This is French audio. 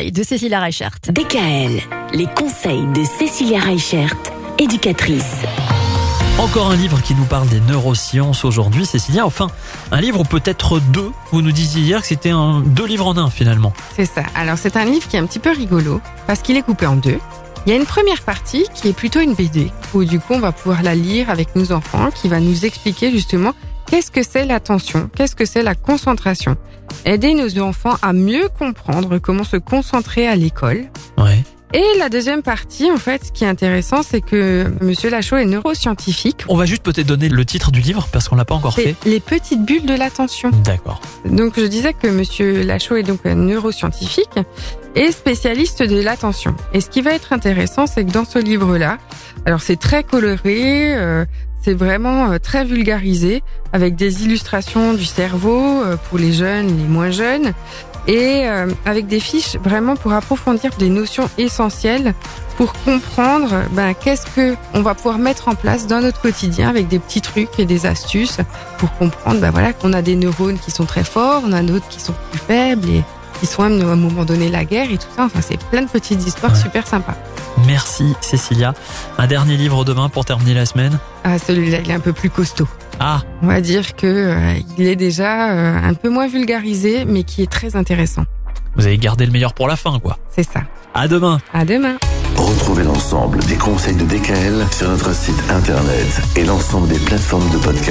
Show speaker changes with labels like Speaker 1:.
Speaker 1: conseils de Cécilia Reichert.
Speaker 2: DKL, les conseils de Cécilia Reichert, éducatrice.
Speaker 3: Encore un livre qui nous parle des neurosciences aujourd'hui, Cécilia. Enfin, un livre ou peut-être deux. Vous nous disiez hier que c'était un, deux livres en un finalement.
Speaker 4: C'est ça. Alors c'est un livre qui est un petit peu rigolo parce qu'il est coupé en deux. Il y a une première partie qui est plutôt une BD où du coup on va pouvoir la lire avec nos enfants qui va nous expliquer justement qu'est-ce que c'est l'attention, qu'est-ce que c'est la concentration. Aider nos enfants à mieux comprendre comment se concentrer à l'école.
Speaker 3: Ouais.
Speaker 4: Et la deuxième partie, en fait, ce qui est intéressant, c'est que Monsieur Lachaud est neuroscientifique.
Speaker 3: On va juste peut-être donner le titre du livre parce qu'on l'a pas encore
Speaker 4: C'est
Speaker 3: fait.
Speaker 4: les petites bulles de l'attention.
Speaker 3: D'accord.
Speaker 4: Donc je disais que Monsieur Lachaud est donc un neuroscientifique et spécialiste de l'attention. Et ce qui va être intéressant, c'est que dans ce livre-là, alors c'est très coloré, euh, c'est vraiment euh, très vulgarisé, avec des illustrations du cerveau euh, pour les jeunes, les moins jeunes, et euh, avec des fiches vraiment pour approfondir des notions essentielles pour comprendre ben, qu'est-ce que on va pouvoir mettre en place dans notre quotidien avec des petits trucs et des astuces pour comprendre ben voilà qu'on a des neurones qui sont très forts, on a d'autres qui sont plus faibles et qui sont amenés à un moment donné la guerre et tout ça. Enfin, c'est plein de petites histoires
Speaker 3: Ouais.
Speaker 4: super sympas.
Speaker 3: Merci Cécilia. Un dernier livre demain pour terminer la semaine.
Speaker 4: Ah, celui-là, il est un peu plus costaud.
Speaker 3: Ah,
Speaker 4: On va dire que euh, il est déjà euh, un peu moins vulgarisé, mais qui est très intéressant.
Speaker 3: vous avez gardé le meilleur pour la fin, quoi.
Speaker 4: C'est ça.
Speaker 3: À demain.
Speaker 4: À demain.
Speaker 5: Retrouvez l'ensemble des conseils de DKL sur notre site internet et l'ensemble des plateformes de podcast.